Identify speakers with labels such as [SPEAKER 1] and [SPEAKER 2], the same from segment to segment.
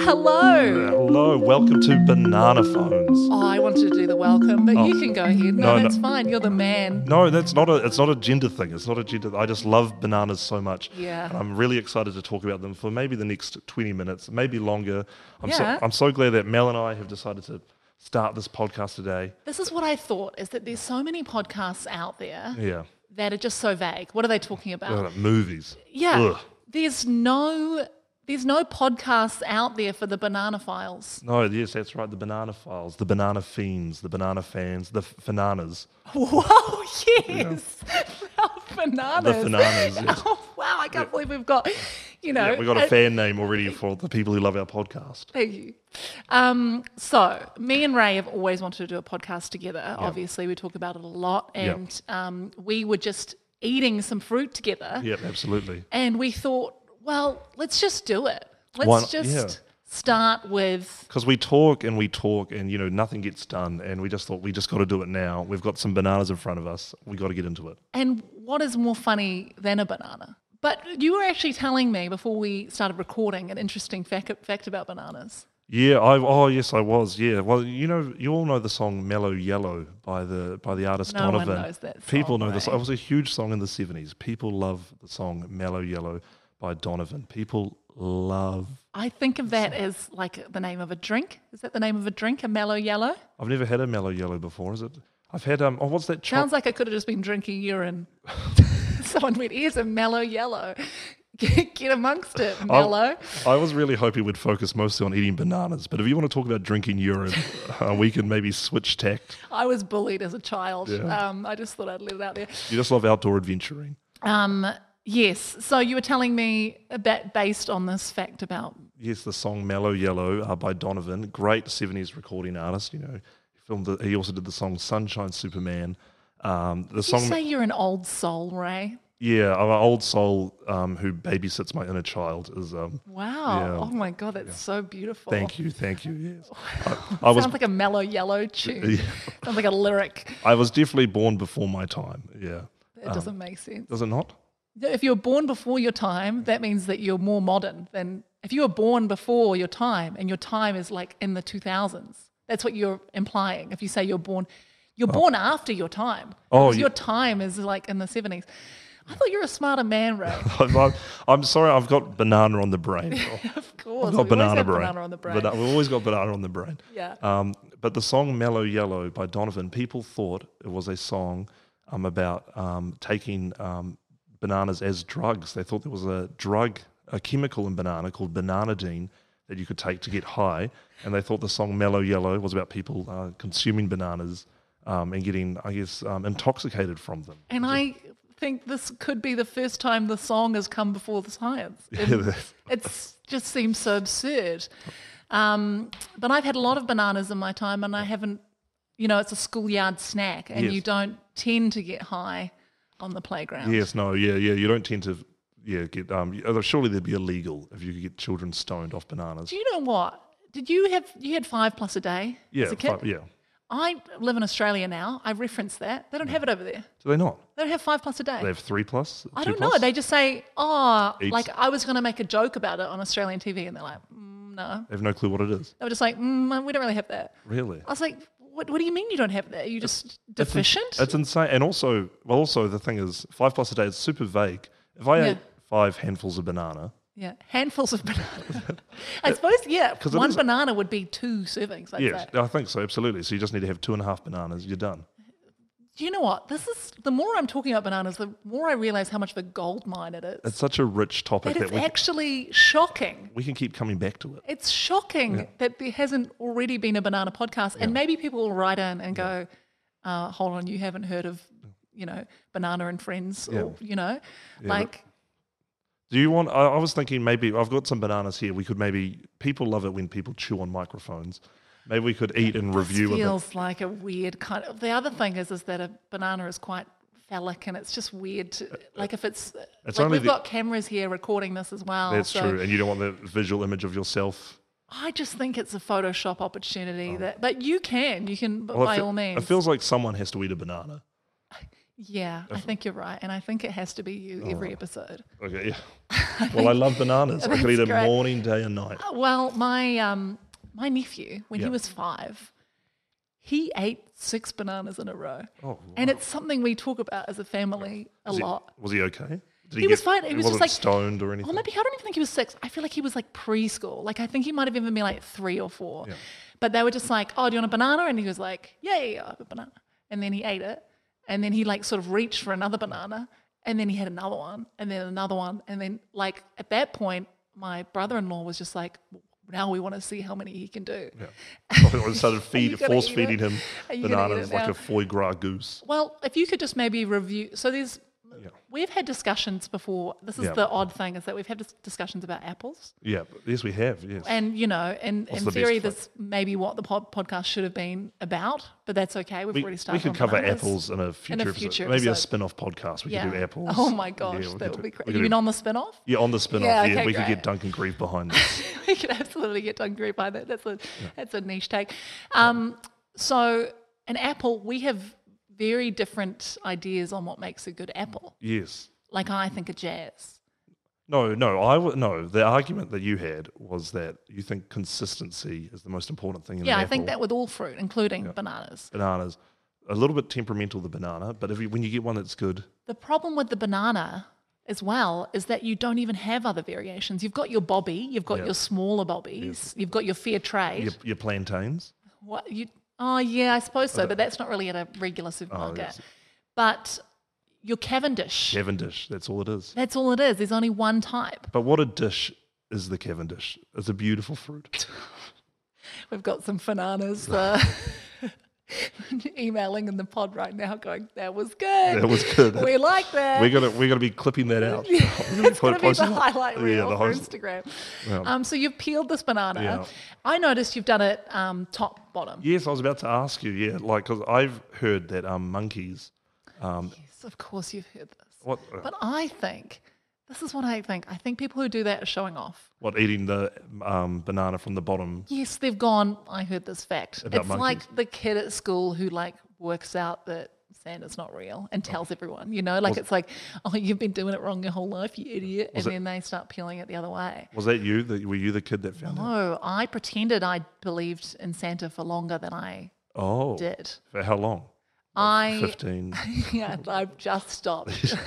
[SPEAKER 1] hello.
[SPEAKER 2] Hello, welcome to Banana Phones.
[SPEAKER 1] Oh, I wanted to do the welcome, but
[SPEAKER 2] Oh.
[SPEAKER 1] you can go ahead.
[SPEAKER 2] No,
[SPEAKER 1] No,
[SPEAKER 2] no.
[SPEAKER 1] that's fine. You're the man.
[SPEAKER 2] No, that's not a it's not a gender thing. It's not a gender. I just love bananas so much.
[SPEAKER 1] Yeah.
[SPEAKER 2] And I'm really excited to talk about them for maybe the next 20 minutes, maybe longer. I'm
[SPEAKER 1] Yeah.
[SPEAKER 2] so I'm so glad that Mel and I have decided to start this podcast today.
[SPEAKER 1] This is what I thought is that there's so many podcasts out there
[SPEAKER 2] Yeah.
[SPEAKER 1] that are just so vague. What are they talking about?
[SPEAKER 2] Uh, movies.
[SPEAKER 1] Yeah.
[SPEAKER 2] Ugh.
[SPEAKER 1] There's no there's no podcasts out there for the banana files.
[SPEAKER 2] No, yes, that's right. The banana files, the banana fiends, the banana fans, the f- bananas,
[SPEAKER 1] Whoa, yes. Our
[SPEAKER 2] the
[SPEAKER 1] bananas.
[SPEAKER 2] bananas. yes.
[SPEAKER 1] Oh wow, I can't believe we've got you know
[SPEAKER 2] Yeah, we got
[SPEAKER 1] a-
[SPEAKER 2] a fan name already for the people who love our podcast.
[SPEAKER 1] Thank you. Um, so, me and Ray have always wanted to do a podcast together. Obviously, we talk about it a lot,
[SPEAKER 2] Yeah.
[SPEAKER 1] and um, we were just eating some fruit together,
[SPEAKER 2] Yep, absolutely.
[SPEAKER 1] and we thought, well, let's just do it. Let's
[SPEAKER 2] Why not-
[SPEAKER 1] just
[SPEAKER 2] yeah.
[SPEAKER 1] start with
[SPEAKER 2] Because we talk and we talk and, you know, nothing gets done. And we just thought we just got to do it now. We've got some bananas in front of us. We got to get into it.
[SPEAKER 1] and what is more funny than a banana. But you were actually telling me before we started recording an interesting fact, fact about bananas.
[SPEAKER 2] Yeah, I oh yes, I was. Yeah, well, you know, you all know the song "Mellow Yellow" by the by the artist
[SPEAKER 1] No one
[SPEAKER 2] Donovan.
[SPEAKER 1] knows that
[SPEAKER 2] People
[SPEAKER 1] song,
[SPEAKER 2] know this.
[SPEAKER 1] right?
[SPEAKER 2] It was a huge song in the seventies. People love the song "Mellow Yellow" by Donovan. People love.
[SPEAKER 1] I think of that as like the name of a drink. Is that the name of a drink? A mellow yellow?
[SPEAKER 2] I've never had a mellow yellow before. Is it? I've had um. Oh, what's that? Cho-
[SPEAKER 1] Sounds like I could have just been drinking urine. Someone went, here's a mellow yellow. Get, get amongst it, mellow.
[SPEAKER 2] I was really hoping we'd focus mostly on eating bananas, but if you want to talk about drinking urine, uh, we can maybe switch tact.
[SPEAKER 1] I was bullied as a child.
[SPEAKER 2] Yeah.
[SPEAKER 1] Um, I just thought I'd let it out there.
[SPEAKER 2] You just love outdoor adventuring.
[SPEAKER 1] Um, yes. So you were telling me about based on this fact about
[SPEAKER 2] Yes, the song "Mellow Yellow" uh, by Donovan, great '70s recording artist. You know, he filmed. The, he also did the song "Sunshine Superman." Um, the
[SPEAKER 1] you
[SPEAKER 2] song,
[SPEAKER 1] say you're an old soul, Ray.
[SPEAKER 2] yeah, I'm an old soul um, who babysits my inner child. Is um,
[SPEAKER 1] Wow.
[SPEAKER 2] Yeah.
[SPEAKER 1] Oh my god, that's so beautiful.
[SPEAKER 2] thank you, thank you. Yes, I, I was,
[SPEAKER 1] Sounds like a mellow yellow tune.
[SPEAKER 2] Yeah.
[SPEAKER 1] Sounds like a lyric.
[SPEAKER 2] I was definitely born before my time. Yeah,
[SPEAKER 1] It doesn't make sense.
[SPEAKER 2] does it not?
[SPEAKER 1] If you were born before your time, that means that you're more modern than if you were born before your time and your time is like in the 2000s. That's what you're implying. If you say you're born, you're born after your time.
[SPEAKER 2] Oh,
[SPEAKER 1] because
[SPEAKER 2] you-
[SPEAKER 1] your time is like in the 70s. I thought you were a smarter man, Ray.
[SPEAKER 2] I'm, I'm- I'm sorry, I've got banana on the brain.
[SPEAKER 1] of course.
[SPEAKER 2] got
[SPEAKER 1] we always
[SPEAKER 2] banana
[SPEAKER 1] have
[SPEAKER 2] brain.
[SPEAKER 1] banana on the brain.
[SPEAKER 2] Bana- we've always got banana on the brain.
[SPEAKER 1] Yeah.
[SPEAKER 2] Um, but the song "Mellow Yellow" by Donovan, people thought it was a song um, about um, taking um, bananas as drugs. They thought there was a drug, a chemical in banana called bananidine that you could take to get high, and they thought the song "Mellow Yellow" was about people uh, consuming bananas um, and getting, I guess, um, intoxicated from them.
[SPEAKER 1] and I think this could be the first time the song has come before the science.
[SPEAKER 2] Yeah, that's-
[SPEAKER 1] It just seems so absurd. Um, but I've had a lot of bananas in my time, and I haven't, you know, it's a schoolyard snack, and
[SPEAKER 2] Yes.
[SPEAKER 1] you don't tend to get high on the playground.
[SPEAKER 2] Yes, no, yeah, yeah. You don't tend to, yeah, get. Um, y- although surely they'd be illegal if you could get children stoned off bananas.
[SPEAKER 1] Do you know what? Did you have you had five plus a day
[SPEAKER 2] yeah,
[SPEAKER 1] as a kid?
[SPEAKER 2] fi- yeah.
[SPEAKER 1] I live in Australia now. I reference that they don't have it over there.
[SPEAKER 2] Do they not?
[SPEAKER 1] They don't have five plus a day.
[SPEAKER 2] They have three plus.
[SPEAKER 1] I
[SPEAKER 2] two
[SPEAKER 1] don't know.
[SPEAKER 2] plus?
[SPEAKER 1] They just say, "Oh,
[SPEAKER 2] Eats.
[SPEAKER 1] like I was going to make a joke about it on Australian TV," and they're like, mm, "No."
[SPEAKER 2] They have no clue what it is.
[SPEAKER 1] They were just like, mm, "We don't really have that."
[SPEAKER 2] Really?
[SPEAKER 1] I was like, what, what do you mean you don't have that? Are you just deficient?
[SPEAKER 2] It's insane. And also, well, also the thing is, five plus a day is super vague. If I
[SPEAKER 1] Yeah.
[SPEAKER 2] ate five handfuls of banana,
[SPEAKER 1] yeah, handfuls of banana. I suppose, yeah,
[SPEAKER 2] 'Cause it
[SPEAKER 1] one
[SPEAKER 2] is-
[SPEAKER 1] banana would be two servings, I'd
[SPEAKER 2] yes,
[SPEAKER 1] say.
[SPEAKER 2] I think so. Absolutely. So you just need to have two and a half bananas. You're done.
[SPEAKER 1] Do you know what? This is the more I'm talking about bananas, the more I realize how much of a gold mine it is.
[SPEAKER 2] It's such a rich topic
[SPEAKER 1] That
[SPEAKER 2] that
[SPEAKER 1] it's
[SPEAKER 2] we,
[SPEAKER 1] actually shocking.
[SPEAKER 2] we can keep coming back to it.
[SPEAKER 1] It's shocking that there hasn't already been a banana podcast, and maybe people will write in and go, uh, "Hold on, you haven't heard of, you know, Banana and Friends, or you know, like."
[SPEAKER 2] Do you want? I, I was thinking maybe I've got some bananas here. We could maybe people love it when people chew on microphones. Maybe we could eat and review
[SPEAKER 1] This
[SPEAKER 2] of it.
[SPEAKER 1] feels like a weird kind of. The other thing is, is that a banana is quite phallic, and it's just weird. To, like if it's,
[SPEAKER 2] It's
[SPEAKER 1] like
[SPEAKER 2] only
[SPEAKER 1] we've
[SPEAKER 2] the-
[SPEAKER 1] got cameras here recording this as well.
[SPEAKER 2] That's
[SPEAKER 1] so
[SPEAKER 2] true, and you don't want the visual image of yourself.
[SPEAKER 1] I just think it's a Photoshop opportunity. That, but you can, you can, but
[SPEAKER 2] Oh. Well, it
[SPEAKER 1] by
[SPEAKER 2] fe-
[SPEAKER 1] all means.
[SPEAKER 2] it feels like someone has to eat a banana. Oh.
[SPEAKER 1] yeah, I think you're right, and I think it has to be you every episode.
[SPEAKER 2] Okay, yeah. Well, I love bananas. I could eat them
[SPEAKER 1] That's great.
[SPEAKER 2] morning, day, and night.
[SPEAKER 1] Uh, Well, my um, my nephew, when
[SPEAKER 2] Yeah.
[SPEAKER 1] he was five, he ate six bananas in a row.
[SPEAKER 2] Oh,
[SPEAKER 1] And it's something we talk about as a family a
[SPEAKER 2] Was he-
[SPEAKER 1] lot.
[SPEAKER 2] was he okay? Did
[SPEAKER 1] He was fine. He was just
[SPEAKER 2] wasn't
[SPEAKER 1] like-
[SPEAKER 2] stoned or anything.
[SPEAKER 1] Or maybe I don't even think he was six. I feel like he was like preschool. Like I think he might have even been like three or four.
[SPEAKER 2] Yeah.
[SPEAKER 1] But they were just like, "Oh, do you want a banana?" And he was like, "Yeah, yeah, yeah, I have a banana." And then he ate it, and then he like sort of reached for another banana, and then he had another one, and then another one, and then like at that point, my brother-in-law was just like, "Now we want to see how many he can do."
[SPEAKER 2] I started feed,
[SPEAKER 1] you gonna
[SPEAKER 2] force
[SPEAKER 1] eat it?
[SPEAKER 2] feeding him
[SPEAKER 1] Are you gonna eat
[SPEAKER 2] bananas
[SPEAKER 1] it
[SPEAKER 2] like
[SPEAKER 1] now?
[SPEAKER 2] a foie gras goose.
[SPEAKER 1] Well, if you could just maybe review. So there's,
[SPEAKER 2] Yeah.
[SPEAKER 1] we've had discussions before. This is
[SPEAKER 2] Yeah.
[SPEAKER 1] the odd thing is that we've had dis- discussions about apples,
[SPEAKER 2] Yeah, but yes, we have. Yes,
[SPEAKER 1] and you know, and in
[SPEAKER 2] the best
[SPEAKER 1] theory,
[SPEAKER 2] fruit?
[SPEAKER 1] that's maybe what the pod- podcast should have been about. But that's okay. We've
[SPEAKER 2] we,
[SPEAKER 1] already
[SPEAKER 2] we
[SPEAKER 1] started.
[SPEAKER 2] could
[SPEAKER 1] on
[SPEAKER 2] cover
[SPEAKER 1] bananas.
[SPEAKER 2] apples in a future,
[SPEAKER 1] future
[SPEAKER 2] episode. maybe a
[SPEAKER 1] episode.
[SPEAKER 2] spin-off podcast. We
[SPEAKER 1] Yeah.
[SPEAKER 2] could do apples.
[SPEAKER 1] Oh my
[SPEAKER 2] Yeah,
[SPEAKER 1] gosh,
[SPEAKER 2] we
[SPEAKER 1] that
[SPEAKER 2] could do-
[SPEAKER 1] would be
[SPEAKER 2] we
[SPEAKER 1] great.
[SPEAKER 2] could
[SPEAKER 1] You
[SPEAKER 2] do-
[SPEAKER 1] mean on the spin-off?
[SPEAKER 2] Yeah, on the spin-off. Yeah,
[SPEAKER 1] Yeah, okay,
[SPEAKER 2] we could
[SPEAKER 1] great.
[SPEAKER 2] get Duncan Grieve behind this.
[SPEAKER 1] we could absolutely get done great by that. That's a that's a niche take. Um, so an apple, we have very different ideas on what makes a good apple.
[SPEAKER 2] yes.
[SPEAKER 1] Like I think a jazz.
[SPEAKER 2] No, no, I w- no. The argument that you had was that you think consistency is the most important thing in
[SPEAKER 1] Yeah,
[SPEAKER 2] an
[SPEAKER 1] I
[SPEAKER 2] apple.
[SPEAKER 1] think that with all fruit, including bananas.
[SPEAKER 2] bananas. A little bit temperamental, the banana, but if you, when you get one that's good,
[SPEAKER 1] The problem with the banana as well is that you don't even have other variations. You've got your bobby, you've got
[SPEAKER 2] Yeah.
[SPEAKER 1] your smaller bobbies, you've got your fair trade.
[SPEAKER 2] your, your plantains,
[SPEAKER 1] What you? Oh yeah, I suppose so, but that's not really at a regular supermarket.
[SPEAKER 2] Uh, Oh, yes.
[SPEAKER 1] but your Cavendish.
[SPEAKER 2] Cavendish, that's all it is.
[SPEAKER 1] That's all it is. There's only one type.
[SPEAKER 2] But what a dish is the Cavendish. It's a beautiful fruit.
[SPEAKER 1] We've got some bananas uh, emailing in the pod right now, going, "That was good.
[SPEAKER 2] That was good.
[SPEAKER 1] We like that.
[SPEAKER 2] We're gonna we're gonna be clipping that out.
[SPEAKER 1] it's going to be
[SPEAKER 2] Post-
[SPEAKER 1] the highlight reel
[SPEAKER 2] the
[SPEAKER 1] for
[SPEAKER 2] host-
[SPEAKER 1] Instagram."
[SPEAKER 2] Yeah.
[SPEAKER 1] Um, so you've peeled this banana.
[SPEAKER 2] Yeah.
[SPEAKER 1] I noticed you've done it um, top bottom.
[SPEAKER 2] Yes, I was about to ask you. Yeah, like because I've heard that um, monkeys.
[SPEAKER 1] Yes, of course you've heard this.
[SPEAKER 2] What?
[SPEAKER 1] But I think this is what I think. I think people who do that are showing off.
[SPEAKER 2] What eating the um, banana from the bottom?
[SPEAKER 1] Yes, they've gone. I heard this fact.
[SPEAKER 2] About
[SPEAKER 1] it's
[SPEAKER 2] monkeys.
[SPEAKER 1] like the kid at school who like works out that Santa's not real
[SPEAKER 2] Oh.
[SPEAKER 1] and tells everyone. You know, like it's like, oh, you've been doing it wrong your whole life, you idiot, and
[SPEAKER 2] it-
[SPEAKER 1] then they start peeling it the other way.
[SPEAKER 2] Was that you? That were you the kid that found it?
[SPEAKER 1] No, I pretended I believed in Santa for longer than I
[SPEAKER 2] Oh,
[SPEAKER 1] did.
[SPEAKER 2] for how long? Oh,
[SPEAKER 1] I
[SPEAKER 2] Fifteen.
[SPEAKER 1] yeah, I've just stopped.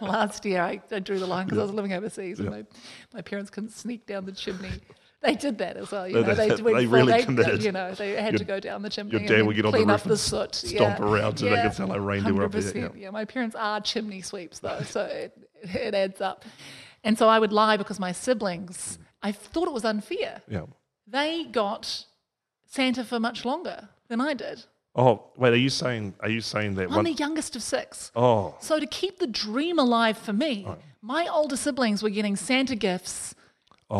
[SPEAKER 1] Last year, I, I drew the line because I was living overseas and my, my parents couldn't sneak down the chimney. They did that as well. You
[SPEAKER 2] No,
[SPEAKER 1] know,
[SPEAKER 2] they-
[SPEAKER 1] they, went
[SPEAKER 2] they
[SPEAKER 1] full-
[SPEAKER 2] really
[SPEAKER 1] they-
[SPEAKER 2] committed.
[SPEAKER 1] You know, they had
[SPEAKER 2] Your-
[SPEAKER 1] to go down the chimney.
[SPEAKER 2] your
[SPEAKER 1] and
[SPEAKER 2] dad
[SPEAKER 1] then
[SPEAKER 2] would get on the
[SPEAKER 1] clean
[SPEAKER 2] roof
[SPEAKER 1] up the
[SPEAKER 2] and
[SPEAKER 1] soot.
[SPEAKER 2] stomp
[SPEAKER 1] yeah.
[SPEAKER 2] around so they could sound like reindeer up there,
[SPEAKER 1] 100%, Yeah, my parents are chimney sweeps though, so it, it adds up. And so I would lie because my siblings, I thought it was unfair.
[SPEAKER 2] Yeah.
[SPEAKER 1] They got Santa for much longer than I did.
[SPEAKER 2] Oh wait, are you saying? Are you saying that
[SPEAKER 1] I'm
[SPEAKER 2] one
[SPEAKER 1] the youngest of six.
[SPEAKER 2] oh
[SPEAKER 1] So to keep the dream alive for me, my older siblings were getting Santa gifts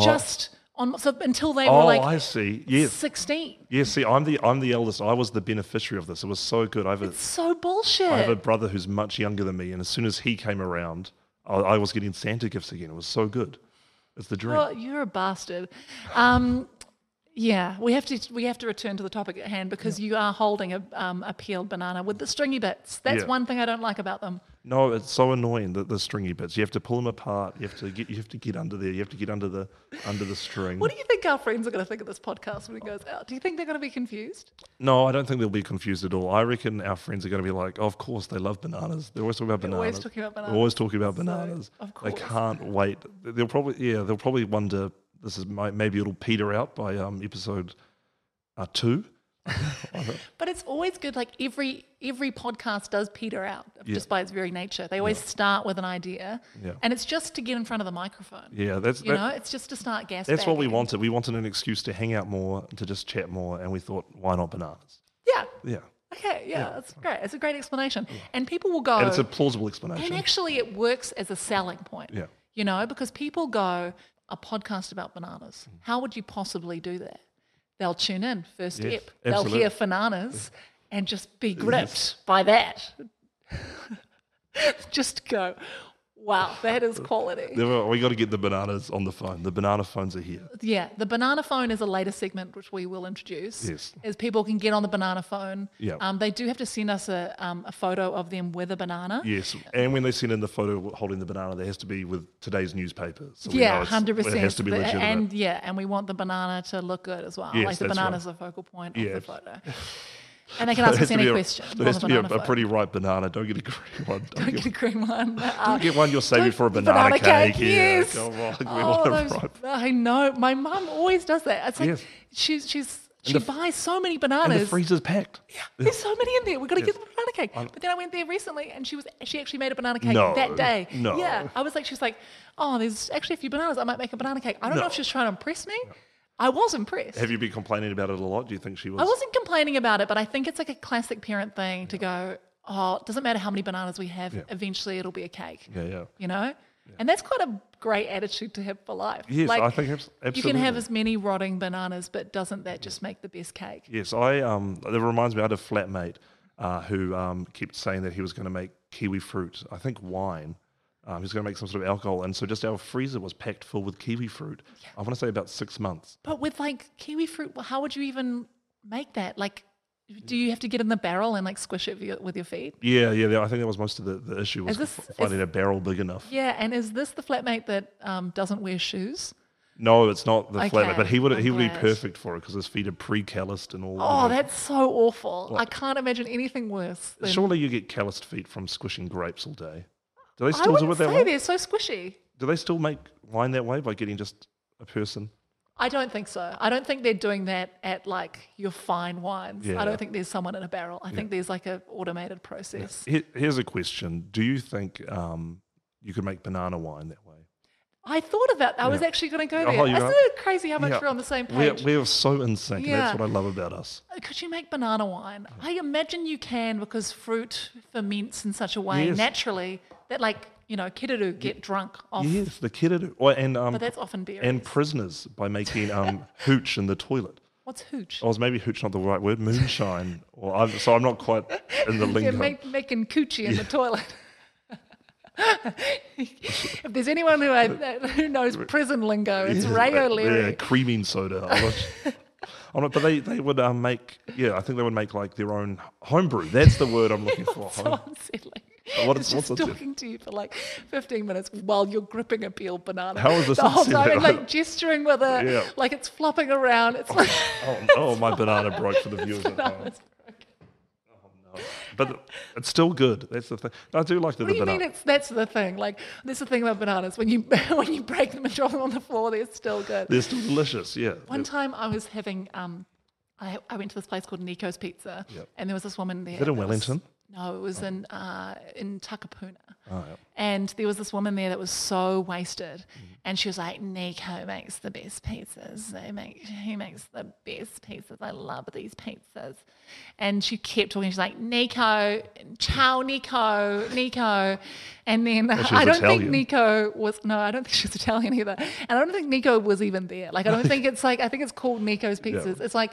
[SPEAKER 1] just on so until they
[SPEAKER 2] oh,
[SPEAKER 1] were like
[SPEAKER 2] I see. Yes,
[SPEAKER 1] 16.
[SPEAKER 2] yes. See, I'm the I'm the eldest. I was the beneficiary of this. It was so good. I have a,
[SPEAKER 1] So
[SPEAKER 2] I have a
[SPEAKER 1] bullshit.
[SPEAKER 2] brother who's much younger than me, and as soon as he came around, I, I was getting Santa gifts again. It was so good. It's the dream.
[SPEAKER 1] Well, Oh, you're a bastard. Um, yeah, we have to we have to return to the topic at hand because you are holding a, um, a peeled banana with the stringy bits. That's
[SPEAKER 2] Yeah.
[SPEAKER 1] one thing I don't like about them.
[SPEAKER 2] No, it's so annoying that the stringy bits. You have to pull them apart. You have to get you have to get under there. You have to get under the under the string.
[SPEAKER 1] What do you think our friends are going to think of this podcast when it goes out? Do you think they're going to be confused?
[SPEAKER 2] no, I don't think they'll be confused at all. I reckon our friends are going to be like, oh, "Of course, they love bananas. They're always talking about
[SPEAKER 1] They're
[SPEAKER 2] bananas.
[SPEAKER 1] always talking about
[SPEAKER 2] They're always talking about bananas.
[SPEAKER 1] of
[SPEAKER 2] They
[SPEAKER 1] course.
[SPEAKER 2] can't wait. They'll probably yeah. They'll probably wonder. This is my, maybe it'll peter out by um, episode uh, two.
[SPEAKER 1] But it's always good. Like every every podcast does peter out just by its very nature. They always start with an idea,
[SPEAKER 2] Yeah.
[SPEAKER 1] and it's just to get in front of the microphone.
[SPEAKER 2] Yeah, that's
[SPEAKER 1] You
[SPEAKER 2] that-
[SPEAKER 1] know, it's just to start gas.
[SPEAKER 2] that's what we
[SPEAKER 1] bagging.
[SPEAKER 2] wanted. We wanted an excuse to hang out more, to just chat more, and we thought, why not bananas?
[SPEAKER 1] Yeah.
[SPEAKER 2] Yeah,
[SPEAKER 1] Okay. Yeah, that's great. It's a great explanation, and people will go.
[SPEAKER 2] and it's a plausible
[SPEAKER 1] And
[SPEAKER 2] explanation.
[SPEAKER 1] actually, it works as a selling point.
[SPEAKER 2] Yeah.
[SPEAKER 1] You know, because people go, a podcast about bananas.
[SPEAKER 2] Mm.
[SPEAKER 1] How would you possibly do that? They'll tune in first
[SPEAKER 2] Yeah,
[SPEAKER 1] step. They'll
[SPEAKER 2] absolutely.
[SPEAKER 1] hear bananas and just be gripped by that. just go, Wow, that is quality.
[SPEAKER 2] There we- we got to get the bananas on the phone. The banana phones are here.
[SPEAKER 1] Yeah, the banana phone is a later segment which we will introduce.
[SPEAKER 2] Yes.
[SPEAKER 1] As people can get on the banana phone.
[SPEAKER 2] Yeah.
[SPEAKER 1] Um, they do have to send us a, um, a photo of them with a banana.
[SPEAKER 2] Yes, and when they send in the photo holding the banana, there has to be with today's newspaper. So we know
[SPEAKER 1] Yeah,
[SPEAKER 2] it's-
[SPEAKER 1] hundred percent.
[SPEAKER 2] It has to be legitimate.
[SPEAKER 1] And yeah, and we want the banana to look good as well.
[SPEAKER 2] Yes,
[SPEAKER 1] like the
[SPEAKER 2] that's
[SPEAKER 1] banana's the focal point
[SPEAKER 2] Yeah.
[SPEAKER 1] of the photo. And they can ask
[SPEAKER 2] There has
[SPEAKER 1] us
[SPEAKER 2] to
[SPEAKER 1] any
[SPEAKER 2] be a-
[SPEAKER 1] question.
[SPEAKER 2] There has
[SPEAKER 1] on the
[SPEAKER 2] to be a,
[SPEAKER 1] banana
[SPEAKER 2] a
[SPEAKER 1] photo.
[SPEAKER 2] pretty ripe banana. Don't get a green one. Don't,
[SPEAKER 1] Don't
[SPEAKER 2] get,
[SPEAKER 1] get a green one.
[SPEAKER 2] don't
[SPEAKER 1] Uh,
[SPEAKER 2] get one you're saving for a
[SPEAKER 1] Banana
[SPEAKER 2] banana,
[SPEAKER 1] cake,
[SPEAKER 2] cake.
[SPEAKER 1] yes.
[SPEAKER 2] Yeah, come on. We
[SPEAKER 1] oh,
[SPEAKER 2] want a
[SPEAKER 1] those-
[SPEAKER 2] ripe.
[SPEAKER 1] I know. My mum always does that. It's like
[SPEAKER 2] Yes.
[SPEAKER 1] she's she's she
[SPEAKER 2] the f-
[SPEAKER 1] buys so many
[SPEAKER 2] And the
[SPEAKER 1] bananas.
[SPEAKER 2] freezer's packed.
[SPEAKER 1] There's so many in there. We've got to
[SPEAKER 2] Yes.
[SPEAKER 1] get the banana cake. but then I went there recently, and she was she actually made a banana cake
[SPEAKER 2] No,
[SPEAKER 1] that day.
[SPEAKER 2] no.
[SPEAKER 1] Yeah, I was like, she was like, oh, there's actually a few bananas. I might make a banana cake. I don't know
[SPEAKER 2] No.
[SPEAKER 1] if she was trying to impress me. I was impressed.
[SPEAKER 2] Have you been complaining about it a lot? Do you think she was?
[SPEAKER 1] I wasn't complaining about it, but I think it's like a classic parent thing to go, oh, it doesn't matter how many bananas we have. Eventually, it'll be a cake.
[SPEAKER 2] Yeah, yeah.
[SPEAKER 1] You know, and that's quite a great attitude to have for life.
[SPEAKER 2] Yes, I think abs-
[SPEAKER 1] You can have
[SPEAKER 2] absolutely.
[SPEAKER 1] as many rotting bananas, but doesn't that just make the best cake?
[SPEAKER 2] Yes, I. Um, that reminds me. I had a flatmate uh, who um, kept saying that he was going to make kiwi fruit. I think wine. Um, he was going to make some sort of alcohol, and so just our freezer was packed full with kiwi fruit. I want to say about six months.
[SPEAKER 1] But with like kiwi fruit, well, how would you even make that? Like, do you have to get in the barrel and like squish it with your- with your feet?
[SPEAKER 2] Yeah, yeah. that- I think that was most of the, the issue was
[SPEAKER 1] this-
[SPEAKER 2] f- finding a barrel big enough.
[SPEAKER 1] Yeah, and is this the flatmate that um, doesn't wear shoes?
[SPEAKER 2] No, it's not the
[SPEAKER 1] Okay,
[SPEAKER 2] flatmate, but he would
[SPEAKER 1] I'm
[SPEAKER 2] he would be
[SPEAKER 1] glad.
[SPEAKER 2] perfect for it because his feet are pre-calloused and all. you
[SPEAKER 1] Oh,
[SPEAKER 2] know.
[SPEAKER 1] that's so awful. I can't imagine anything worse. Than,
[SPEAKER 2] Surely you get calloused feet from squishing grapes all day. Do they
[SPEAKER 1] I
[SPEAKER 2] still do
[SPEAKER 1] wouldn't
[SPEAKER 2] it that
[SPEAKER 1] say
[SPEAKER 2] way?
[SPEAKER 1] they're so squishy.
[SPEAKER 2] Do they still make wine that way by getting just a person?
[SPEAKER 1] I don't think so. I don't think they're doing that at like your fine wines. I
[SPEAKER 2] Yeah.
[SPEAKER 1] don't think there's someone in a barrel. I think there's like a automated process.
[SPEAKER 2] Here, here's a question: Do you think um, you could make banana wine that way?
[SPEAKER 1] I thought about. I was actually going to go
[SPEAKER 2] Oh,
[SPEAKER 1] there.
[SPEAKER 2] you
[SPEAKER 1] Isn't
[SPEAKER 2] are-
[SPEAKER 1] it crazy how much
[SPEAKER 2] Yeah.
[SPEAKER 1] we're on the same
[SPEAKER 2] We're,
[SPEAKER 1] page?
[SPEAKER 2] we're so in sync. and
[SPEAKER 1] Yeah.
[SPEAKER 2] That's what I love about us.
[SPEAKER 1] Could you make banana wine? I imagine you can because fruit ferments in such a way
[SPEAKER 2] Yes.
[SPEAKER 1] naturally that, like, you know, kiddo get drunk off,
[SPEAKER 2] Yes, the kid or and um
[SPEAKER 1] Oh. but that's often berries.
[SPEAKER 2] and prisoners by making um hooch in the toilet.
[SPEAKER 1] What's hooch?
[SPEAKER 2] Or is maybe hooch not the right word? Moonshine. or I'm, so I'm not quite in the
[SPEAKER 1] Yeah,
[SPEAKER 2] lingo.
[SPEAKER 1] make, making coochie in the toilet. if there's anyone who, I, who knows prison lingo, it's
[SPEAKER 2] Yeah,
[SPEAKER 1] Ray
[SPEAKER 2] yeah,
[SPEAKER 1] O'Leary.
[SPEAKER 2] Yeah, creaming soda. I'm not, I'm not- but they, they would um, make, yeah, I think they would make like their own homebrew. That's the word I'm looking for.
[SPEAKER 1] So
[SPEAKER 2] home-
[SPEAKER 1] unsettling.
[SPEAKER 2] What
[SPEAKER 1] It's
[SPEAKER 2] is- what's
[SPEAKER 1] just
[SPEAKER 2] unsettling?
[SPEAKER 1] talking to you for like 15 minutes while you're gripping a peeled banana.
[SPEAKER 2] How is this
[SPEAKER 1] the whole time and
[SPEAKER 2] unsettling?
[SPEAKER 1] like gesturing with it,
[SPEAKER 2] Yeah.
[SPEAKER 1] like it's flopping around. It's like
[SPEAKER 2] Oh, oh, my banana broke for the viewers at home.
[SPEAKER 1] bananas.
[SPEAKER 2] But the- it's still good. That's the thing. I do like the,
[SPEAKER 1] What do
[SPEAKER 2] the
[SPEAKER 1] you mean?
[SPEAKER 2] banana.
[SPEAKER 1] It's that's the thing. Like that's the thing about bananas. When you when you break them and drop them on the floor, they're still good.
[SPEAKER 2] They're still delicious. Yeah.
[SPEAKER 1] One time I was having, um, I, I went to this place called Nico's Pizza, and there was this woman there.
[SPEAKER 2] it in
[SPEAKER 1] that was-
[SPEAKER 2] Wellington? Oh.
[SPEAKER 1] no, it was in uh, in Takapuna.
[SPEAKER 2] yeah.
[SPEAKER 1] And there was this woman there that was so wasted,
[SPEAKER 2] Mm-hmm.
[SPEAKER 1] and she was like, "Nico makes the best pizzas. They make he makes the best pizzas. I love these pizzas." And she kept talking. She's like, "Nico, ciao, Nico, Nico," and then
[SPEAKER 2] she was
[SPEAKER 1] I don't think
[SPEAKER 2] Italian.
[SPEAKER 1] Nico. Nico was no, I don't think she's Italian either, and I don't think Nico was even there. Like I don't think it's like I think it's called Nico's Pizzas. It's like.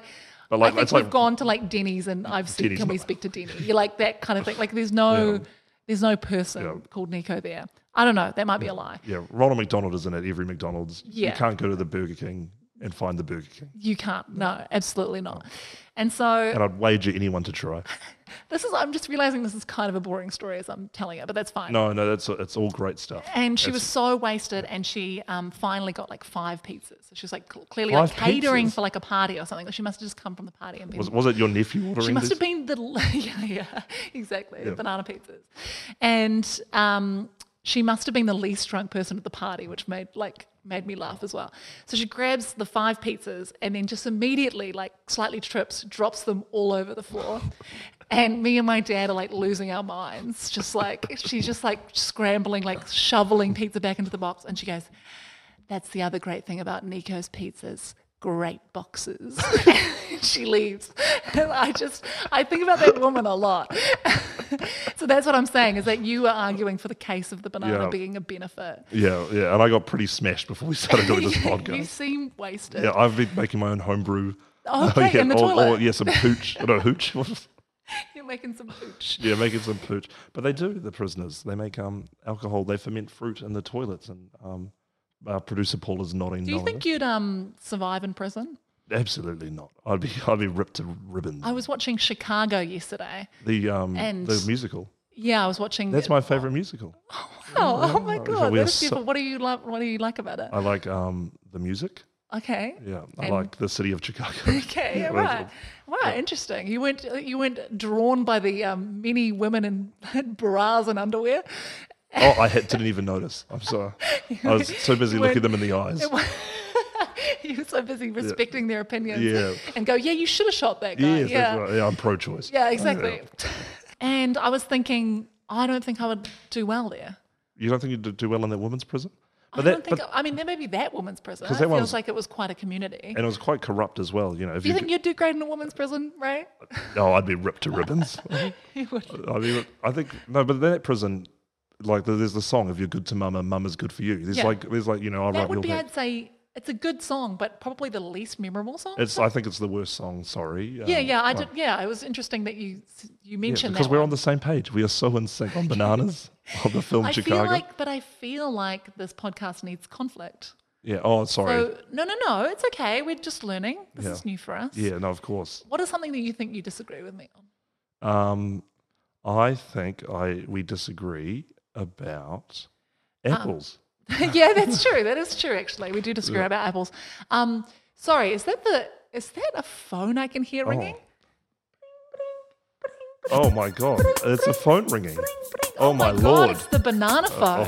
[SPEAKER 2] But like-
[SPEAKER 1] I think
[SPEAKER 2] it's
[SPEAKER 1] we've
[SPEAKER 2] like-
[SPEAKER 1] gone to like Denny's and I've said,
[SPEAKER 2] Denny's
[SPEAKER 1] "Can we
[SPEAKER 2] not-
[SPEAKER 1] speak to Denny?" You're like that kind of thing. Like there's no,
[SPEAKER 2] Yeah.
[SPEAKER 1] there's no person
[SPEAKER 2] Yeah.
[SPEAKER 1] called Nico there. I don't know. That might be a lie.
[SPEAKER 2] Yeah. Ronald McDonald is in at every McDonald's.
[SPEAKER 1] Yeah.
[SPEAKER 2] You can't go to the Burger King and find the Burger King.
[SPEAKER 1] You can't. No, absolutely not. And so
[SPEAKER 2] And I'd wager anyone to try.
[SPEAKER 1] this is. I'm just realizing this is kind of a boring story as I'm telling it, but that's fine.
[SPEAKER 2] No, no, that's it's all great stuff.
[SPEAKER 1] And she was so wasted, and she um, finally got like five pizzas. So she was like cl- clearly like
[SPEAKER 2] Five
[SPEAKER 1] catering
[SPEAKER 2] pizzas?
[SPEAKER 1] for like a party or something. Like she must have just come from the party and been
[SPEAKER 2] Was, was it your nephew ordering
[SPEAKER 1] She must
[SPEAKER 2] these?
[SPEAKER 1] have been the yeah, yeah exactly the banana pizzas, and um, she must have been the least drunk person at the party, which made like made me laugh as well. So she grabs the five pizzas and then just immediately like slightly trips, drops them all over the floor, and me and my dad are like losing our minds, just like she's just like scrambling, like shoveling pizza back into the box, and she goes. That's the other great thing about Nico's pizzas. Great boxes. she leaves. And I just, I think about that woman a lot. so that's what I'm saying is that you are arguing for the case of the banana
[SPEAKER 2] Yeah.
[SPEAKER 1] being a benefit.
[SPEAKER 2] Yeah, yeah. And I got pretty smashed before we started doing this
[SPEAKER 1] you
[SPEAKER 2] podcast.
[SPEAKER 1] seem wasted.
[SPEAKER 2] Yeah, I've been making my own homebrew.
[SPEAKER 1] Okay, in the
[SPEAKER 2] or,
[SPEAKER 1] toilet.
[SPEAKER 2] Or, yeah, some hooch. no, hooch. What is-
[SPEAKER 1] You're making some pooch.
[SPEAKER 2] Yeah, making some pooch. But they do, the prisoners. They make um, alcohol, they ferment fruit in the toilets. And um, our producer Paul is nodding.
[SPEAKER 1] Do you
[SPEAKER 2] knowing
[SPEAKER 1] think you'd um, survive in prison?
[SPEAKER 2] it. Absolutely not. I'd be, I'd be ripped to ribbons.
[SPEAKER 1] I was watching Chicago yesterday.
[SPEAKER 2] the, um,
[SPEAKER 1] Oh, and-
[SPEAKER 2] the musical.
[SPEAKER 1] Yeah, I was watching.
[SPEAKER 2] That's my favorite musical.
[SPEAKER 1] Oh, oh my
[SPEAKER 2] Yeah,
[SPEAKER 1] god,
[SPEAKER 2] we are
[SPEAKER 1] that's
[SPEAKER 2] so-
[SPEAKER 1] beautiful. What do you like? What do you like about it?
[SPEAKER 2] I like um, the music.
[SPEAKER 1] Okay.
[SPEAKER 2] Yeah, I
[SPEAKER 1] And-
[SPEAKER 2] like the city of Chicago.
[SPEAKER 1] Okay,
[SPEAKER 2] Yeah,
[SPEAKER 1] yeah,
[SPEAKER 2] that's
[SPEAKER 1] right. Wow, interesting. You weren't you weren't drawn by the um, many women in bras and underwear.
[SPEAKER 2] oh, I had, didn't even notice. I'm sorry. I was so busy looking them in the eyes.
[SPEAKER 1] you were so busy respecting their opinions.
[SPEAKER 2] Yeah.
[SPEAKER 1] And go, yeah, you should have shot that guy.
[SPEAKER 2] Yes,
[SPEAKER 1] yeah.
[SPEAKER 2] that's right. Yeah, I'm pro-choice.
[SPEAKER 1] Yeah, exactly. and I was thinking, I don't think I would do well there.
[SPEAKER 2] You don't think you did do well in that women's prison? But
[SPEAKER 1] I
[SPEAKER 2] that,
[SPEAKER 1] don't think.
[SPEAKER 2] but,
[SPEAKER 1] I mean, there may be that woman's prison. It
[SPEAKER 2] 'Cause that
[SPEAKER 1] feels
[SPEAKER 2] one's-
[SPEAKER 1] like it was quite a community.
[SPEAKER 2] and it was quite corrupt as well. You know, if
[SPEAKER 1] Do
[SPEAKER 2] you,
[SPEAKER 1] you think you'd do great in a woman's prison, right?
[SPEAKER 2] oh, I'd be ripped to ribbons.
[SPEAKER 1] You would.
[SPEAKER 2] I mean, I think no, but that prison, like there's the song "If you're good to mama, mama's good for you." There's
[SPEAKER 1] Yeah.
[SPEAKER 2] like there's like you know, I
[SPEAKER 1] That
[SPEAKER 2] write
[SPEAKER 1] would
[SPEAKER 2] real
[SPEAKER 1] be,
[SPEAKER 2] bad.
[SPEAKER 1] I'd say, it's a good song, but probably the least memorable song.
[SPEAKER 2] It's I think it's the worst song. Sorry. Um,
[SPEAKER 1] yeah, yeah, I did. Yeah, it was interesting that you you mentioned
[SPEAKER 2] because
[SPEAKER 1] that.
[SPEAKER 2] we're
[SPEAKER 1] one.
[SPEAKER 2] on the same page. We are so in sync on bananas on the film
[SPEAKER 1] I
[SPEAKER 2] Chicago.
[SPEAKER 1] feel like, but I feel like this podcast needs conflict.
[SPEAKER 2] yeah. Oh, sorry.
[SPEAKER 1] So no, no, no, it's okay. We're just learning. This
[SPEAKER 2] Yeah.
[SPEAKER 1] is new for us.
[SPEAKER 2] yeah. No, of course.
[SPEAKER 1] What is something that you think you disagree with me on?
[SPEAKER 2] Um, I think I we disagree about
[SPEAKER 1] Ah.
[SPEAKER 2] apples.
[SPEAKER 1] yeah, that's true. That is true. Actually, we do disagree about apples. Um, sorry, is that the is that a phone I can hear ringing?
[SPEAKER 2] Oh my god, it's a phone ringing. Oh, my,
[SPEAKER 1] God,
[SPEAKER 2] lord.
[SPEAKER 1] it's the banana phone.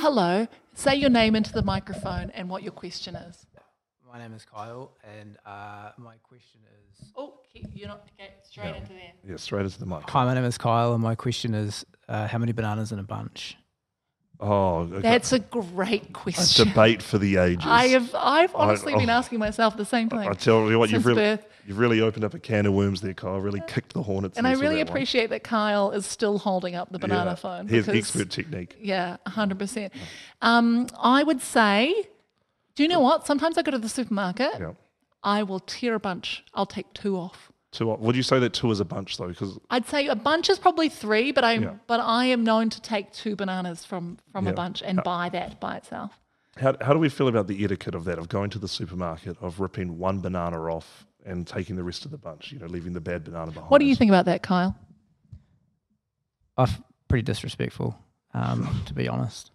[SPEAKER 1] Hello. Say your name into the microphone and what your question is.
[SPEAKER 3] My name is Kyle, and uh, my question is.
[SPEAKER 1] Oh, keep, you're not okay, straight into there.
[SPEAKER 2] Yeah, straight into the mic.
[SPEAKER 3] Hi, my name is Kyle, and my question is: uh, How many bananas in a bunch?
[SPEAKER 2] Oh, okay.
[SPEAKER 1] That's a great question.
[SPEAKER 2] debate for the ages.
[SPEAKER 1] I have I've honestly
[SPEAKER 2] oh.
[SPEAKER 1] been asking myself the same thing.
[SPEAKER 2] I tell you what, you've
[SPEAKER 1] Since
[SPEAKER 2] really,
[SPEAKER 1] birth.
[SPEAKER 2] you've really opened up a can of worms there, Kyle. Really kicked the hornets.
[SPEAKER 1] and I
[SPEAKER 2] nest with
[SPEAKER 1] really
[SPEAKER 2] that one.
[SPEAKER 1] appreciate that Kyle is still holding up the banana
[SPEAKER 2] Yeah.
[SPEAKER 1] phone.
[SPEAKER 2] He has
[SPEAKER 1] because-
[SPEAKER 2] expert technique.
[SPEAKER 1] Yeah, 100%. Um, I would say, do you know what? Sometimes I go to the supermarket,
[SPEAKER 2] Yeah.
[SPEAKER 1] I will tear a bunch. I'll take two off.
[SPEAKER 2] Two. Would you say that two is a bunch though? Because
[SPEAKER 1] I'd say a bunch is probably three, but I
[SPEAKER 2] Yeah.
[SPEAKER 1] but I am known to take two bananas from from
[SPEAKER 2] Yeah.
[SPEAKER 1] a bunch and buy that by itself.
[SPEAKER 2] how, how do we feel about the etiquette of that? Of going to the supermarket, of ripping one banana off and taking the rest of the bunch. You know, leaving the bad banana behind.
[SPEAKER 1] What do you think about that, Kyle?
[SPEAKER 3] i f- pretty disrespectful, um, to be honest.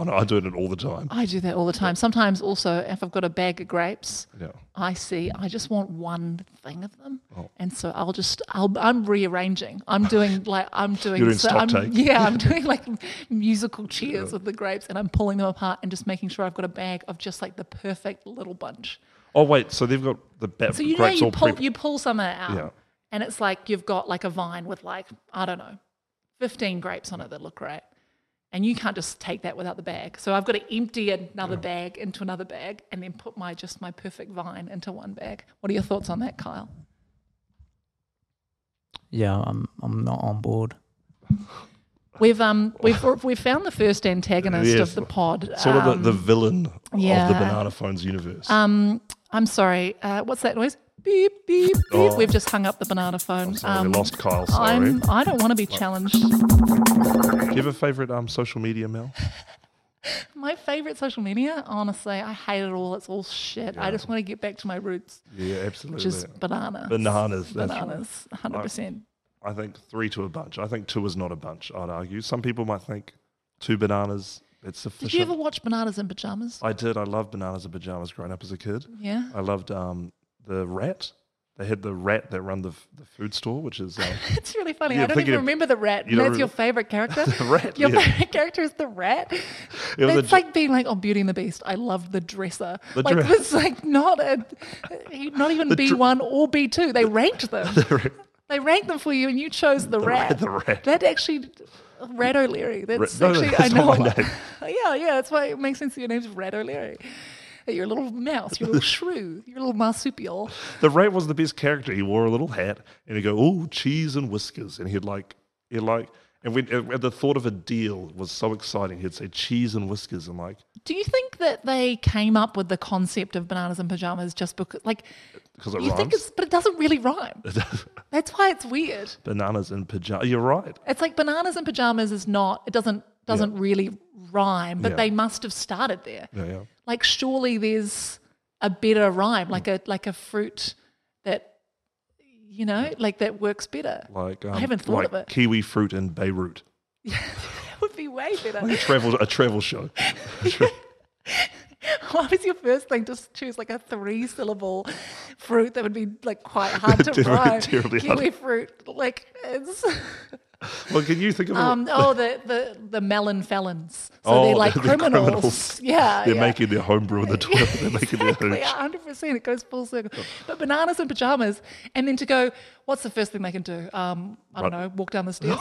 [SPEAKER 2] Oh no, I do it all the time.
[SPEAKER 1] I do that all the time. Sometimes also, if I've got a bag of grapes,
[SPEAKER 2] Yeah.
[SPEAKER 1] I see. I just want one thing of them,
[SPEAKER 2] Oh.
[SPEAKER 1] and so I'll just I'll, I'm rearranging. I'm doing like I'm doing.
[SPEAKER 2] You're doing
[SPEAKER 1] so
[SPEAKER 2] stock
[SPEAKER 1] I'm,
[SPEAKER 2] take.
[SPEAKER 1] Yeah, I'm doing like musical chairs with the grapes, and I'm pulling them apart and just making sure I've got a bag of just like the perfect little bunch.
[SPEAKER 2] Oh wait, so they've got the ba-
[SPEAKER 1] So you know
[SPEAKER 2] grapes
[SPEAKER 1] you
[SPEAKER 2] all
[SPEAKER 1] pull
[SPEAKER 2] prepped.
[SPEAKER 1] you pull some out,
[SPEAKER 2] Yeah.
[SPEAKER 1] and it's like you've got like a vine with like I don't know, fifteen grapes on it that look great, and you can't just take that without the bag. So I've got to empty another bag into another bag, and then put my just my perfect vine into one bag. What are your thoughts on that, Kyle?
[SPEAKER 3] Yeah, I'm I'm not on board.
[SPEAKER 1] We've um we've we've found the first antagonist
[SPEAKER 2] Oh. Yes.
[SPEAKER 1] of the pod.
[SPEAKER 2] Sort of
[SPEAKER 1] Um,
[SPEAKER 2] the, the villain of the
[SPEAKER 1] yeah.
[SPEAKER 2] banana phones universe.
[SPEAKER 1] um, I'm sorry. Uh, what's that noise? Beep beep beep.
[SPEAKER 2] Oh.
[SPEAKER 1] We've just hung up the banana phone.
[SPEAKER 2] Sorry, we lost Kyle. Sorry.
[SPEAKER 1] Um, I'm, I don't want to be challenged.
[SPEAKER 2] Do you have a favorite um, social media, Mel?
[SPEAKER 1] My favorite social media, honestly, I hate it all. It's all shit. I just want to get back to my roots,
[SPEAKER 2] Yeah, absolutely.
[SPEAKER 1] which is bananas.
[SPEAKER 2] Bananas. That's right.
[SPEAKER 1] Bananas, 100%.
[SPEAKER 2] I think three to a bunch. I think two is not a bunch. I'd argue. Some people might think two bananas it's sufficient.
[SPEAKER 1] Did you ever watch Bananas in Pajamas?
[SPEAKER 2] I did. I loved bananas and pajamas growing up as a kid.
[SPEAKER 1] Yeah.
[SPEAKER 2] I loved um, the rat. They had the rat that run the, f- the food store, which is uh,
[SPEAKER 1] It's really funny.
[SPEAKER 2] Yeah,
[SPEAKER 1] I don't
[SPEAKER 2] thinking
[SPEAKER 1] even
[SPEAKER 2] of-
[SPEAKER 1] remember the rat.
[SPEAKER 2] you
[SPEAKER 1] And
[SPEAKER 2] don't
[SPEAKER 1] that's your
[SPEAKER 2] remem-
[SPEAKER 1] favorite character?
[SPEAKER 2] the rat.
[SPEAKER 1] Your
[SPEAKER 2] yeah.
[SPEAKER 1] favorite character is the rat.
[SPEAKER 2] It was a
[SPEAKER 1] It's
[SPEAKER 2] j-
[SPEAKER 1] like being like, oh, Beauty and the Beast. I love the dresser.
[SPEAKER 2] The
[SPEAKER 1] like
[SPEAKER 2] dre-
[SPEAKER 1] it's like not a, not even B one or B two. They ranked them. they ranked them for you, and you chose the, rat.
[SPEAKER 2] the rat.
[SPEAKER 1] That actually, Rat O'Leary. That's
[SPEAKER 2] no, no,
[SPEAKER 1] actually
[SPEAKER 2] that's
[SPEAKER 1] I know.
[SPEAKER 2] not my
[SPEAKER 1] what- yeah, yeah. That's why it makes sense. that Your name's Rat O'Leary. That You're a little mouse. You're a little shrew. You're a little marsupial.
[SPEAKER 2] the rat was the best character. He wore a little hat and he'd go, "Oh, cheese and whiskers," and he'd like, he'd like, and when, and the thought of a deal was so exciting. He'd say cheese and whiskers and like
[SPEAKER 1] Do you think that they came up with the concept of bananas in pajamas just because, like,
[SPEAKER 2] because it
[SPEAKER 1] you think
[SPEAKER 2] rhymes.
[SPEAKER 1] it's, but it doesn't really rhyme. That's why it's weird.
[SPEAKER 2] Bananas in pajama. You're right.
[SPEAKER 1] It's like bananas in pajamas is not. It doesn't doesn't really rhyme, but
[SPEAKER 2] Yeah.
[SPEAKER 1] they must have started there.
[SPEAKER 2] Yeah, yeah.
[SPEAKER 1] Like, surely there's a better rhyme, like
[SPEAKER 2] Mm.
[SPEAKER 1] a like a fruit that, you know, like that works better.
[SPEAKER 2] Like um,
[SPEAKER 1] haven't thought
[SPEAKER 2] like
[SPEAKER 1] of it.
[SPEAKER 2] Kiwi fruit in Beirut.
[SPEAKER 1] That would be way better.
[SPEAKER 2] Travel a travel show.
[SPEAKER 1] What was your first thing? Just choose like a three syllable fruit that would be like quite hard to
[SPEAKER 2] Terribly-
[SPEAKER 1] rhyme.
[SPEAKER 2] terribly
[SPEAKER 1] Kiwi
[SPEAKER 2] hard.
[SPEAKER 1] fruit, like it's
[SPEAKER 2] Well, can you think of
[SPEAKER 1] um oh the the the melon felons. So
[SPEAKER 2] Oh,
[SPEAKER 1] they're like
[SPEAKER 2] they're
[SPEAKER 1] criminals.
[SPEAKER 2] criminals.
[SPEAKER 1] Yeah,
[SPEAKER 2] They're
[SPEAKER 1] yeah.
[SPEAKER 2] making their homebrew in the toilet. They're making
[SPEAKER 1] Exactly,
[SPEAKER 2] their hooch.
[SPEAKER 1] hundred percent. It goes full circle. But bananas and pajamas, and then to go, what's the first thing they can do? Um, I don't
[SPEAKER 2] Run.
[SPEAKER 1] know, walk down the stairs.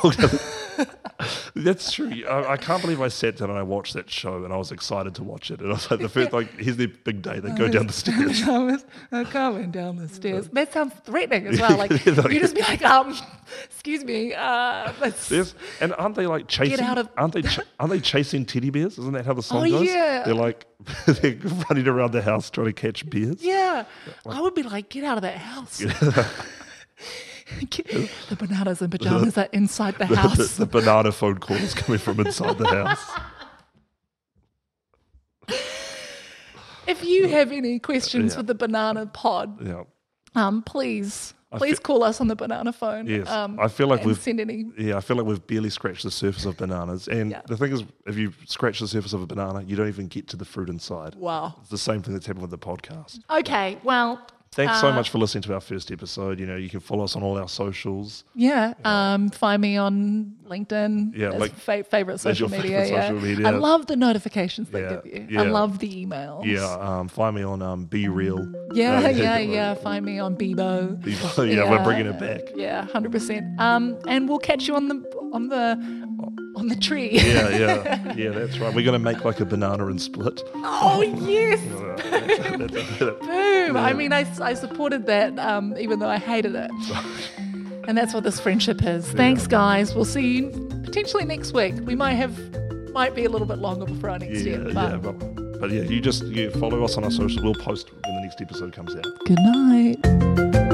[SPEAKER 2] That's true. I, I can't believe I sat down and I watched that show and I was excited to watch it. And I was like, the first, like, here's their big day. They go down the stairs.
[SPEAKER 1] Thomas, I can't went down the stairs. That sounds threatening as well. Like
[SPEAKER 2] Yeah, like-
[SPEAKER 1] you just be like, um, excuse me, uh, that's,
[SPEAKER 2] Yes, and aren't they like chasing?
[SPEAKER 1] out of-
[SPEAKER 2] aren't they? Ch- aren't they chasing teddy bears? Isn't that how the song
[SPEAKER 1] Oh,
[SPEAKER 2] goes?
[SPEAKER 1] yeah.
[SPEAKER 2] They're like they're running around the house trying to catch bears.
[SPEAKER 1] yeah. I would be like, get out of that house. Get- the bananas and pajamas are inside the
[SPEAKER 2] The,
[SPEAKER 1] house.
[SPEAKER 2] the banana phone call is coming from inside the house.
[SPEAKER 1] If you have any questions
[SPEAKER 2] Yeah.
[SPEAKER 1] for the banana pod,
[SPEAKER 2] Yeah.
[SPEAKER 1] um, please,
[SPEAKER 2] I
[SPEAKER 1] please
[SPEAKER 2] fe-
[SPEAKER 1] call us on the banana phone.
[SPEAKER 2] Yes.
[SPEAKER 1] um,
[SPEAKER 2] I feel like
[SPEAKER 1] and
[SPEAKER 2] we've
[SPEAKER 1] send any.
[SPEAKER 2] yeah. I feel like we've barely scratched the surface of bananas. And
[SPEAKER 1] Yeah.
[SPEAKER 2] the thing is, if you scratch the surface of a banana, you don't even get to the fruit inside.
[SPEAKER 1] Wow.
[SPEAKER 2] It's the same thing that's happened with the podcast.
[SPEAKER 1] Okay. Well. uh,
[SPEAKER 2] Thanks so much for listening to our first episode. You know, you can follow us on all our socials.
[SPEAKER 1] Yeah. Um, find me on LinkedIn.
[SPEAKER 2] Yeah,
[SPEAKER 1] That's
[SPEAKER 2] like-
[SPEAKER 1] fa- favorite social
[SPEAKER 2] your
[SPEAKER 1] media.
[SPEAKER 2] favorite
[SPEAKER 1] yeah.
[SPEAKER 2] social media.
[SPEAKER 1] I love the notifications they
[SPEAKER 2] Yeah,
[SPEAKER 1] give you. I
[SPEAKER 2] yeah.
[SPEAKER 1] love the emails.
[SPEAKER 2] Yeah, um, find me on um, Be Real.
[SPEAKER 1] Yeah,
[SPEAKER 2] Uh,
[SPEAKER 1] yeah, yeah. Find me on Bebo.
[SPEAKER 2] Be- yeah, we're bringing it back.
[SPEAKER 1] Yeah, hundred percent. Um, and we'll catch you on the on the on the tree.
[SPEAKER 2] Yeah, yeah, yeah. That's right. We're gonna make like a banana and split.
[SPEAKER 1] oh yes,
[SPEAKER 2] That's
[SPEAKER 1] boom! I mean, I, I supported that, um, even though I hated it. and that's what this friendship is. Thanks, guys. We'll see you potentially next week. We might have might be a little bit longer before our next
[SPEAKER 2] yeah,
[SPEAKER 1] step. But
[SPEAKER 2] yeah. But, but yeah, you just you follow us on our socials. We'll post when the next episode comes out.
[SPEAKER 1] good night.